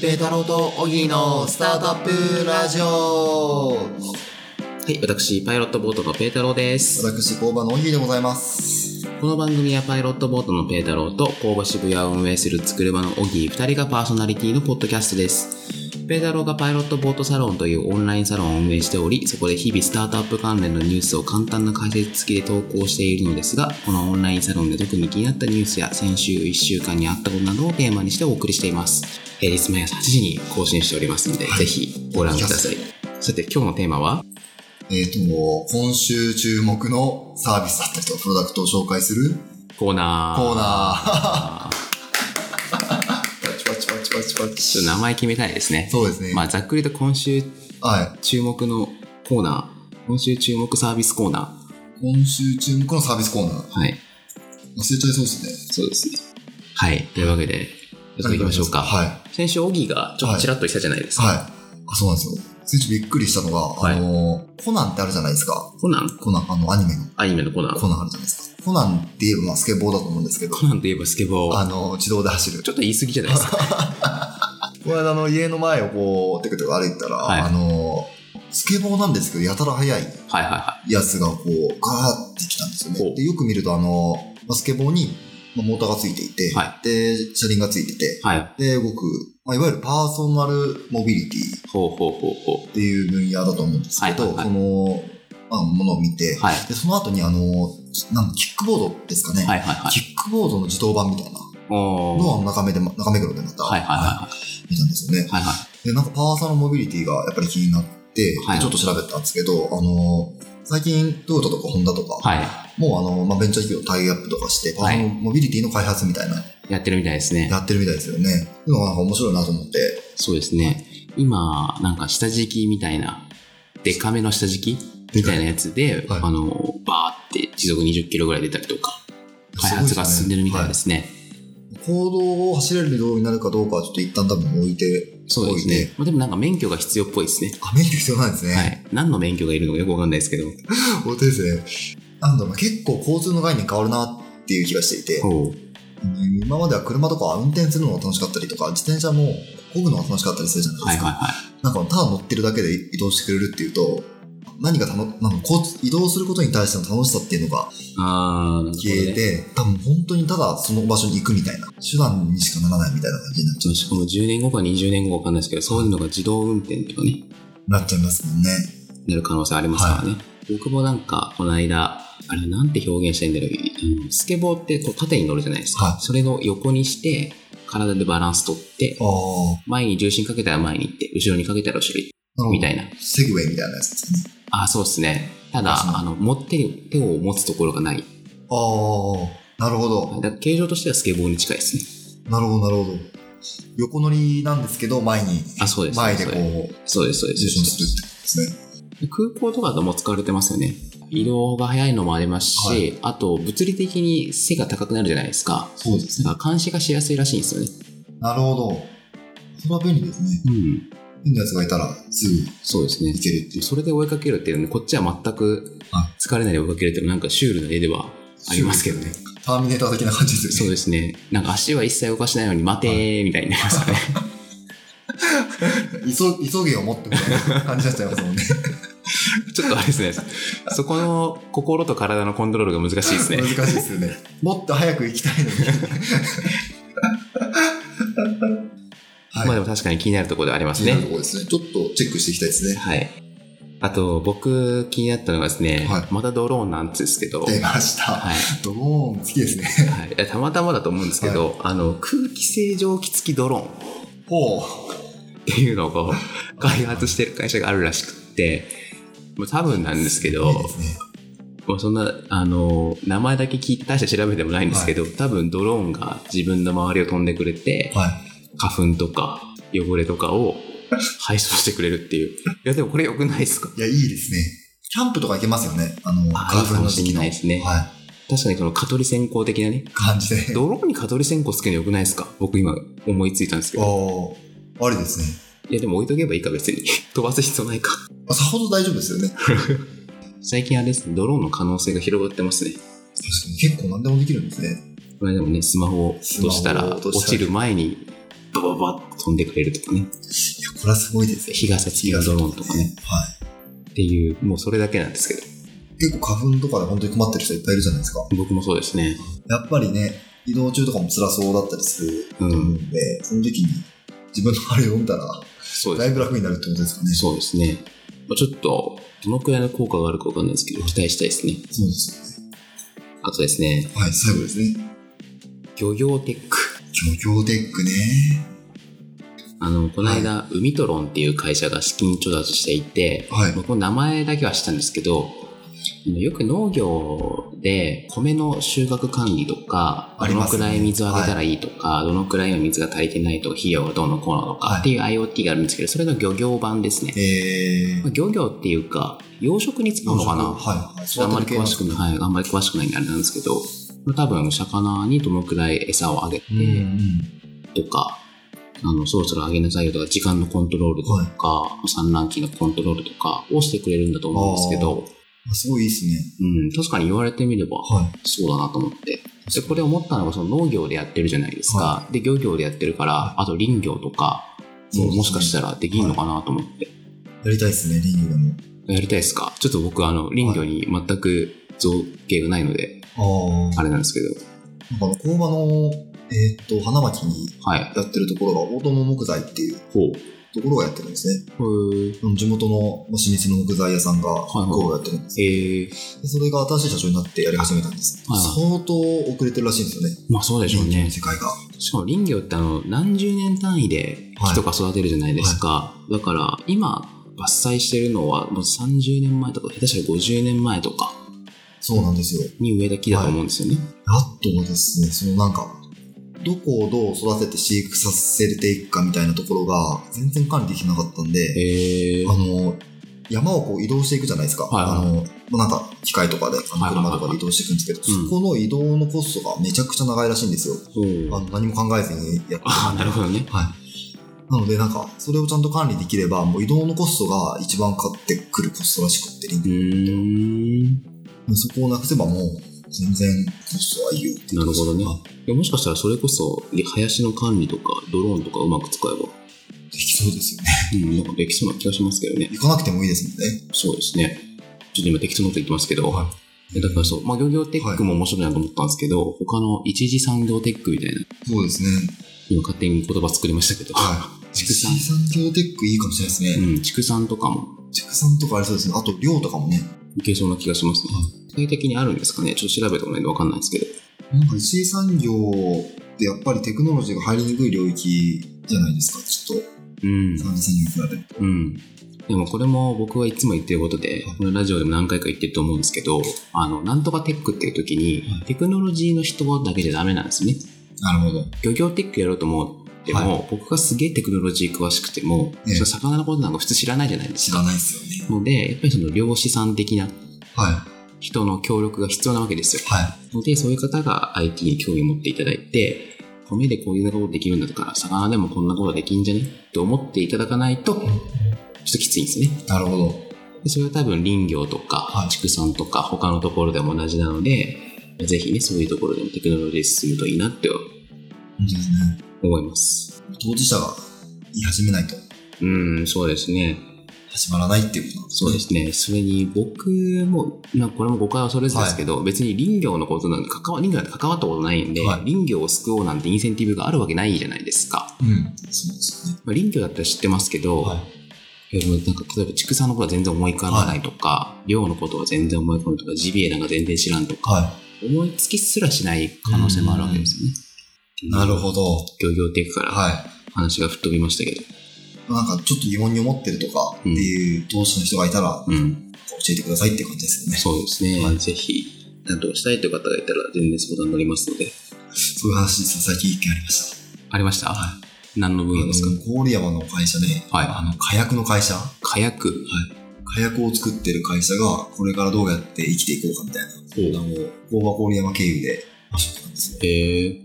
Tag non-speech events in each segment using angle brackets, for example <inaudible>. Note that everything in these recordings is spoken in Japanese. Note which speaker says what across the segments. Speaker 1: ペータローとオギーのスタートアップラジオ
Speaker 2: はい、私、パイロットボートのペータローです。
Speaker 1: 私、工場のオギーでございます。
Speaker 2: この番組はパイロットボートのペータローと、工場渋谷を運営するつくる場のオギー2人がパーソナリティのポッドキャストです。ペータローがパイロットボートサロンというオンラインサロンを運営しており、そこで日々スタートアップ関連のニュースを簡単な解説付きで投稿しているのですが、このオンラインサロンで特に気になったニュースや先週1週間にあったことなどをテーマにしてお送りしています。平日毎朝8時に更新しておりますので、
Speaker 1: はい
Speaker 2: ぜひご覧ください。さて、今日のテーマは
Speaker 1: えっ、と、今週注目のサービスだったりとか、プロダクトを紹介する
Speaker 2: コーナー。
Speaker 1: コーナー。
Speaker 2: あー
Speaker 1: パチパチパチパチパ
Speaker 2: ちょ
Speaker 1: チ
Speaker 2: っと名前決めたいですね。
Speaker 1: そうですね。
Speaker 2: まあ、ざっくりと今週
Speaker 1: は
Speaker 2: 注目のコーナー、今週注目サービスコーナ
Speaker 1: い。今週注目のサービスコーナー。忘れ
Speaker 2: ー。はい。
Speaker 1: ちゃいそうですね。
Speaker 2: そうですね。はい。というわけで、やっていきましょうか。
Speaker 1: はい。
Speaker 2: 先週、オギーがちょっとちらっとしたじゃないですか。
Speaker 1: はい。あ、そうなんですよ。先日びっくりしたのが、
Speaker 2: はい
Speaker 1: あの、コナンってあるじゃないですか。
Speaker 2: コナン
Speaker 1: コナン、あの、アニメの
Speaker 2: アニメのコナン。
Speaker 1: コナンあるじゃないですか。コナンって言えばまあスケボーだと思うんですけど
Speaker 2: コ、ナンといえばスケボ
Speaker 1: あ
Speaker 2: ー。
Speaker 1: の、自動で走る
Speaker 2: ち。ょっと言い過ぎじゃないですか。
Speaker 1: この間あの家の前をこう、テクテク歩いてたら、
Speaker 2: はい
Speaker 1: あの、スケボーなんですけど、やたら速
Speaker 2: は
Speaker 1: い
Speaker 2: いはいは
Speaker 1: やつがこう、ガーって来たんですよ
Speaker 2: ほ
Speaker 1: ね。
Speaker 2: う
Speaker 1: で、よく見ると、あの、まあスケボーに、まあモーターがついていて、
Speaker 2: は
Speaker 1: で、車輪がついてて、
Speaker 2: い。はい。
Speaker 1: で、動く、まあ、いわゆるパーソナルモビリティ
Speaker 2: ほうほうほうほう
Speaker 1: っ。ていう分野だと思うんですけど、
Speaker 2: はいはいはい
Speaker 1: その、まあ、ものを見て、
Speaker 2: はい。
Speaker 1: で、その後にあの、きなんかキックボードですかね。
Speaker 2: はいはいはい。
Speaker 1: キックボードの自動版みたいな
Speaker 2: おー
Speaker 1: のを中目で、中目黒でまた、
Speaker 2: はいはいは
Speaker 1: 見たんですよね
Speaker 2: い。。はいは
Speaker 1: で、なんかパーソナルモビリティがやっぱり気になって、
Speaker 2: はい
Speaker 1: ちょっと調べたんですけど、あの、最近トヨタとかホンダとか、
Speaker 2: い。は
Speaker 1: もうあの、まあ、ベンチャー企業とタイアップとかして、パー
Speaker 2: はい
Speaker 1: ソナルモビリティの開発みたいな、
Speaker 2: い。やってるみたいですね。
Speaker 1: やってるみたいですよね。でもなんか面白いなと思って、
Speaker 2: そうですね。今、なんか下敷きみたいな、デカめの下敷きみたいなやつで、
Speaker 1: はい
Speaker 2: あの、バーって時速20キロぐらい出たりとか、開発が進んでるみたいですすね。
Speaker 1: ごいですね。はい行動を走れるようになるかどうかはちょっと一旦多分置いて、
Speaker 2: そうです
Speaker 1: 多い
Speaker 2: ね
Speaker 1: ね。
Speaker 2: まあ、でもなんか免許が必要っぽいですね。
Speaker 1: あ、免許必要なんですね。
Speaker 2: はい。何の免許がいるのかよくわかんないですけど。
Speaker 1: <laughs> 本当ですね。なんだろう、結構交通の概念変わるなっていう気がしていて、
Speaker 2: ほう。
Speaker 1: うん今までは車とか運転するのが楽しかったりとか、自転車も漕ぐのが楽しかったりするじゃな
Speaker 2: はいい
Speaker 1: です
Speaker 2: はい
Speaker 1: か。
Speaker 2: は
Speaker 1: なんかただ乗ってるだけで移動してくれるっていうと、何か楽なんかこう移動することに対しての楽しさっていうのが
Speaker 2: い。あー、なるほ
Speaker 1: 消え
Speaker 2: ど、ね。
Speaker 1: て、多分本当にただその場所に行くみたいな、手段にしかならないみたいな感じになっちゃ
Speaker 2: しかも10年後か20年後かわかんないですけど、そういうのが自動運転とかね、
Speaker 1: うなっちゃいますもんね。
Speaker 2: なる可能性ありますからね。僕もなんか、この間、あれなんて表現してんだろう。あのスケボーってこう縦に乗るじゃないですか。
Speaker 1: はい
Speaker 2: それを横にして、体でバランス取って、
Speaker 1: あ
Speaker 2: 前に重心かけたら前に行って、後ろにかけたら後ろに
Speaker 1: あ。
Speaker 2: みたい
Speaker 1: な
Speaker 2: な
Speaker 1: る。ほど。セグウェイみたいなやつですね。
Speaker 2: あ、そうですね。ただ、
Speaker 1: そう
Speaker 2: あの、持ってる、手を持つところがない。
Speaker 1: ああ。なるほど。
Speaker 2: だから形状としてはスケボーに近いですね。
Speaker 1: なるほど、なるほど。横乗りなんですけど、前に、
Speaker 2: あ、そうです。
Speaker 1: 前でこう、
Speaker 2: そうです、そうです。
Speaker 1: 自
Speaker 2: そう
Speaker 1: 信
Speaker 2: です
Speaker 1: するってことですね。
Speaker 2: 空港とかでも使われてますよね。移動が早いのもありますし、
Speaker 1: は
Speaker 2: あと物理的に背が高くなるじゃないですか。
Speaker 1: そうですね
Speaker 2: だから監視がしやすいらしいんですよね。
Speaker 1: なるほど。それは便利ですね。
Speaker 2: うん。
Speaker 1: 変なやつがいたらすぐ
Speaker 2: そうですね
Speaker 1: 行。けるっていう。
Speaker 2: それで追いかけるっていうのは、こっちは全く
Speaker 1: は
Speaker 2: 疲れないで追いかけるっていうのはなんかシュールな絵ではありますけどね。
Speaker 1: ターミネーター的な感じです
Speaker 2: そう
Speaker 1: よね。
Speaker 2: ですね。なんか足は一切動かしないように待てーみた <laughs> いになりますよね。
Speaker 1: 急急げを持ってみたいな感じになっちゃいます
Speaker 2: <laughs>
Speaker 1: もんね。
Speaker 2: ちょっとあれですね。そこの心と体のコントロールが難しいですね
Speaker 1: 難。しいですよね。もっと早く行きたいのに。は
Speaker 2: <laughs>
Speaker 1: い。
Speaker 2: まあでも確かに気になるところではあります
Speaker 1: 気になる
Speaker 2: ね
Speaker 1: と。ころですね。ちょっとチェックしていきたいですね。
Speaker 2: はい。あと、僕気になったのがですね、
Speaker 1: はい
Speaker 2: またドローンなんですけど、はい
Speaker 1: 出ました。ドローン好きですね。
Speaker 2: はいいやたまたまだと思うんですけど、あの空気清浄機付きドローンっ
Speaker 1: ほう。
Speaker 2: ていうの
Speaker 1: <laughs>
Speaker 2: を開発してる会社があるらしくって、もう多分なんですけど、
Speaker 1: いいですね。
Speaker 2: もうそんな、あの、名前だけ聞いて大して調べてもないんですけど、多分ドローンが自分の周りを飛んでくれて、
Speaker 1: はい。
Speaker 2: 花粉とか汚れとかを配送してくれるって
Speaker 1: <laughs>
Speaker 2: いう。いや、でもこれ良くないですか
Speaker 1: いや、いいですね。キャンプとか行けますよね。あの、
Speaker 2: あ
Speaker 1: 花
Speaker 2: いい
Speaker 1: 粉の時
Speaker 2: かもしれ
Speaker 1: 期の。
Speaker 2: ないですね
Speaker 1: は
Speaker 2: 確かにその蚊取り線香的なね、
Speaker 1: い。感じで。
Speaker 2: ドローンに蚊取り線香つけるのよくないですか僕今思いついたんですけど。
Speaker 1: おあれですね。
Speaker 2: いやでも置いとけばいいか別に。 <laughs> 飛ばす必要ないか。
Speaker 1: あさほど大丈夫ですよね。確か
Speaker 2: 最近あれですね、ドローンの可能性が広がってますね。
Speaker 1: に結構何でもできるんですね。
Speaker 2: これでもね、スマホを落としたら、
Speaker 1: スマホを落とした
Speaker 2: 落
Speaker 1: ら
Speaker 2: ちる前にバババッと飛んでくれるとかね。
Speaker 1: いや、これはすごいですよ。
Speaker 2: 日傘付きのドローンとかね。
Speaker 1: は
Speaker 2: っていう、もうそれだけなんですけど。
Speaker 1: い。結構花粉とかで本当に困ってる人いっぱいいるじゃないですか。
Speaker 2: 僕もそうですね。
Speaker 1: やっぱりね、移動中とかも辛そうだったりする
Speaker 2: う。
Speaker 1: と思うんんで、その時に自分のあれを見たら、
Speaker 2: そうで
Speaker 1: だいぶ楽になるってことですかね。
Speaker 2: す。そうですね。まあちょっと、どのくらいの効果があるかわかんないですけど、期待したいですね。
Speaker 1: そうです。
Speaker 2: あとですね、
Speaker 1: はい、最後ですね。
Speaker 2: 漁業テック。
Speaker 1: 漁協テックね。
Speaker 2: あの、この間、海トロンっていう会社が資金調達していて、
Speaker 1: はい。
Speaker 2: 僕も名前だけは知ったんですけど、あのよく農業で米の収穫管理とか、
Speaker 1: あり
Speaker 2: ど
Speaker 1: ま
Speaker 2: の
Speaker 1: す
Speaker 2: く
Speaker 1: ね
Speaker 2: らい水をあげたらいいとか、どのくらいの水が足りてないとか、費用がどうのこうのとか
Speaker 1: はい
Speaker 2: っていう IoT があるんですけど、それの漁業版ですね。
Speaker 1: え
Speaker 2: まあ
Speaker 1: ー、
Speaker 2: 漁業っていうか、養殖に使うのかな
Speaker 1: はい、はい。
Speaker 2: ちょっとあんまり詳しく
Speaker 1: い。
Speaker 2: ない、はい、あんまり詳しくないんであれなんですけど、まあ多分魚にどのくらい餌をあげて、
Speaker 1: うん、うん。
Speaker 2: とか、あの、そろそろ上げなさいよとか、時間のコントロールとか、産卵期のコントロールとかをしてくれるんだと思うんですけど、
Speaker 1: あすごいいいですね。
Speaker 2: うん、確かに言われてみれば、
Speaker 1: は
Speaker 2: そうだなと思って。で、これ思ったのが、その農業でやってるじゃないですか。
Speaker 1: は
Speaker 2: で、漁業でやってるから、あと林業とか、も
Speaker 1: そう
Speaker 2: う
Speaker 1: ですね
Speaker 2: もしかしたらできるのかなと思って。
Speaker 1: い。やりたいですね、林業でも。
Speaker 2: やりたいですかちょっと僕、あの、林業に全く造形がないので、
Speaker 1: あ
Speaker 2: あれなんですけど。
Speaker 1: なんかあの、工場の、えーっと、花巻に
Speaker 2: はい。
Speaker 1: やってるところが、大友木材っていう
Speaker 2: ほう。
Speaker 1: ところがやってるんですね。
Speaker 2: へー
Speaker 1: 地元の老舗の木材屋さんが、
Speaker 2: いはい
Speaker 1: 工場やってるんですよ、
Speaker 2: えー、
Speaker 1: でそれが新しい社長になってやり始めたんです。
Speaker 2: はいはい
Speaker 1: 相当遅れてるらしいんですよね。
Speaker 2: まあそうでしょうね。
Speaker 1: 世界が。は
Speaker 2: しかも林業ってあの何十年単位で木とか育てるじゃないですか、だから今伐採してるのはもう30年前とか下手したら50年前とか
Speaker 1: そうなんですよ。
Speaker 2: に植えた木だと思うんですよね、
Speaker 1: あとはですね、そのなんか、どこをどう育てて飼育させていくかみたいなところが全然管理できてなかったんで、
Speaker 2: へえ
Speaker 1: あの、山をこう移動していくじゃないですか。
Speaker 2: はいはい
Speaker 1: あの、まあなんか機械とかで、あの
Speaker 2: はいはいはい
Speaker 1: 車とかで移動していくんですけど、
Speaker 2: うん
Speaker 1: そこの移動のコストがめちゃくちゃ長いらしいんですよ。あ
Speaker 2: あ
Speaker 1: の何も考えずにやって
Speaker 2: あーなるほどね
Speaker 1: はい。なのでなんか、それをちゃんと管理できれば、もう移動のコストが一番かかってくるコストらしくって、リン
Speaker 2: う
Speaker 1: ク
Speaker 2: ーん
Speaker 1: そこをなくせばもう全然コストはいいよって
Speaker 2: なるほどね
Speaker 1: あ
Speaker 2: いやもしかしたらそれこそ林の管理とかドローンとかうまく使えば、
Speaker 1: できそうですよね。
Speaker 2: うん、なんかできそうな気がしますけどね
Speaker 1: 行かなくてもいいですもんね。
Speaker 2: そうですねちょっと今適当なこと言ってますけど、
Speaker 1: はい
Speaker 2: やだからそう、まあ、漁業テックも面白いなと思ったんですけど、他の一次産業テックみたいな
Speaker 1: そうですね。
Speaker 2: 今勝手に言葉作りましたけど、
Speaker 1: はい。
Speaker 2: 畜
Speaker 1: 畜
Speaker 2: 産
Speaker 1: 産業テックいいかもしれないですね。
Speaker 2: うん、畜産とかも
Speaker 1: 畜産とかありそうですね。あと漁とかもね。
Speaker 2: いけそうな気がしますね
Speaker 1: は。
Speaker 2: 具体的にあるんですかねちょっと調べてもらえるとわかんないですけど。
Speaker 1: なんか一次産業ってやっぱりテクノロジーが入りにくい領域じゃないですか。ちょっ
Speaker 2: うん
Speaker 1: と三次産業に比べると。
Speaker 2: うん。でもこれも僕はいつも言ってることで、このラジオでも何回か言ってると思うんですけど、あの、なんとかテックっていう時に、
Speaker 1: はい
Speaker 2: テクノロジーの人だけじゃダメなんですね。
Speaker 1: なるほど。
Speaker 2: 漁業テックやろうと思っても、
Speaker 1: は
Speaker 2: 僕がすげえテクノロジー詳しくても、
Speaker 1: ええ
Speaker 2: その魚のことなんか普通知らないじゃないです
Speaker 1: 知。
Speaker 2: から
Speaker 1: ないですよね。
Speaker 2: ので、やっぱりその漁師さん的な
Speaker 1: はい。
Speaker 2: 人の協力が必要なわけですよ。
Speaker 1: は
Speaker 2: ので、そういう方が IT に興味を持っていただいて、米でこういうことできるんだとか、魚でもこんなことできんじゃねって思っていただかないと、ちょっときついんですね。
Speaker 1: い。なるほど。
Speaker 2: でそれは多分林業とか
Speaker 1: は、い
Speaker 2: 畜産とか、他のところでも同じなので、ぜひね、そういうところでもテクノロジー進むといいなって
Speaker 1: 本当ですね。
Speaker 2: 思います。
Speaker 1: 当事者が言い始めないと
Speaker 2: うん、そうですね。
Speaker 1: 始まらないっていうことなんです
Speaker 2: そうですね。それに僕も、まあこれも誤解はそれぞれですけど、別に林業のことなんか関わ、林業なんて関わったことないんで、
Speaker 1: はい
Speaker 2: 林業を救おうなんてインセンティブがあるわけないじゃないですか。
Speaker 1: うん。そうですよね。
Speaker 2: まあ、林業だったら知ってますけど、
Speaker 1: はい
Speaker 2: やでもなんか例えば畜産のことは全然思い浮かばないとか、漁のことは全然思い浮かばないとかジビエなんか全然知らんとか
Speaker 1: は
Speaker 2: 思いつきすらしない可能性もあるわけですよね。
Speaker 1: い。なるほど。
Speaker 2: 漁業テックから
Speaker 1: はい。
Speaker 2: 話が吹っ飛びましたけど、
Speaker 1: なんかちょっと疑問に思ってるとかっていう投資の人がいたら、
Speaker 2: うん、
Speaker 1: 教えてくださいって感じですよね。
Speaker 2: そうですね、
Speaker 1: はい
Speaker 2: ぜひ担当したいという方がいたら全然相談乗りますので
Speaker 1: そういう話、最近一件ありました。
Speaker 2: ありました、
Speaker 1: は
Speaker 2: 何の分野ですか、
Speaker 1: あの郡山の会社で、
Speaker 2: はい
Speaker 1: あの火薬の会社、
Speaker 2: 火薬
Speaker 1: 火薬を作ってる会社が、これからどうやって生きていこうかみたいな相談を、工場郡山経由で場所なんですよ。
Speaker 2: え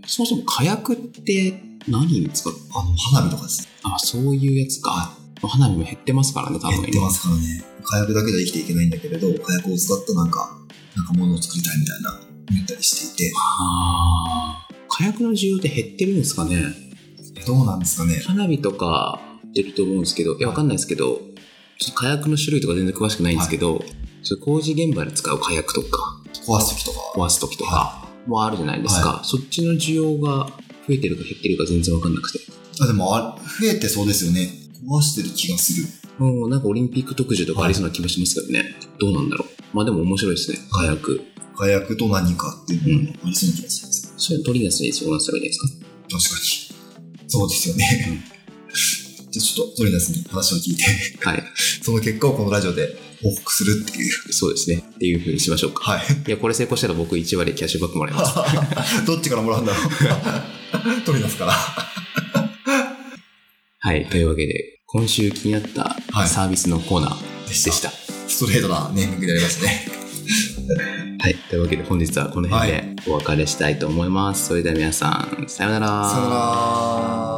Speaker 2: ー、そもそも火薬って何に使う
Speaker 1: あの、花火とかです。
Speaker 2: あそういうやつか花火も減ってますからね多分
Speaker 1: 減ってますからね。火薬だけじゃ生きていけないんだけれど、火薬を使ったなんか、なんか物を作りたいみたいな、言ったりしていて、
Speaker 2: ああ、火薬の需要って減ってるんですかね。
Speaker 1: どうなんですかね。
Speaker 2: 花火とか出ると思うんですけど、いや、わかんないですけど、ちょっと火薬の種類とか全然詳しくないんですけど、ちょっと工事現場で使う火薬とか、
Speaker 1: 壊す時とか。
Speaker 2: 壊す時とかもあるじゃないですか、そっちの需要が増えてるか減ってるか全然わかんなくて。
Speaker 1: あ、でもあ、増えてそうですよね。壊してる気がする。
Speaker 2: もうなんかオリンピック特需とかありそうな気もしますけどね、どうなんだろう。まあでも面白いですね、火薬。
Speaker 1: 火薬と何かっていうのがありそうな気がするんですよ。
Speaker 2: それ取り出すにそうなったらいいですか。
Speaker 1: 確かに。そうですよね。 <laughs> じゃあちょっと、トリナスに話を聞いて、
Speaker 2: はい、
Speaker 1: その結果をこのラジオで報告するっていう。
Speaker 2: そうですね。っていうふうにしましょうか。
Speaker 1: はい。 <laughs>
Speaker 2: いや、これ成功したら僕1割キャッシュバックもらえます。
Speaker 1: どっちからもらうんだろう。 <laughs> トリナスから。
Speaker 2: はい、というわけで、今週気になった
Speaker 1: はい
Speaker 2: サービスのコーナー
Speaker 1: で
Speaker 2: でした。
Speaker 1: ストレートなネーミングでありましたね。
Speaker 2: はい、というわけで本日はこの辺でお別れしたいと思います。それでは皆さん、さようなら。
Speaker 1: さよなら。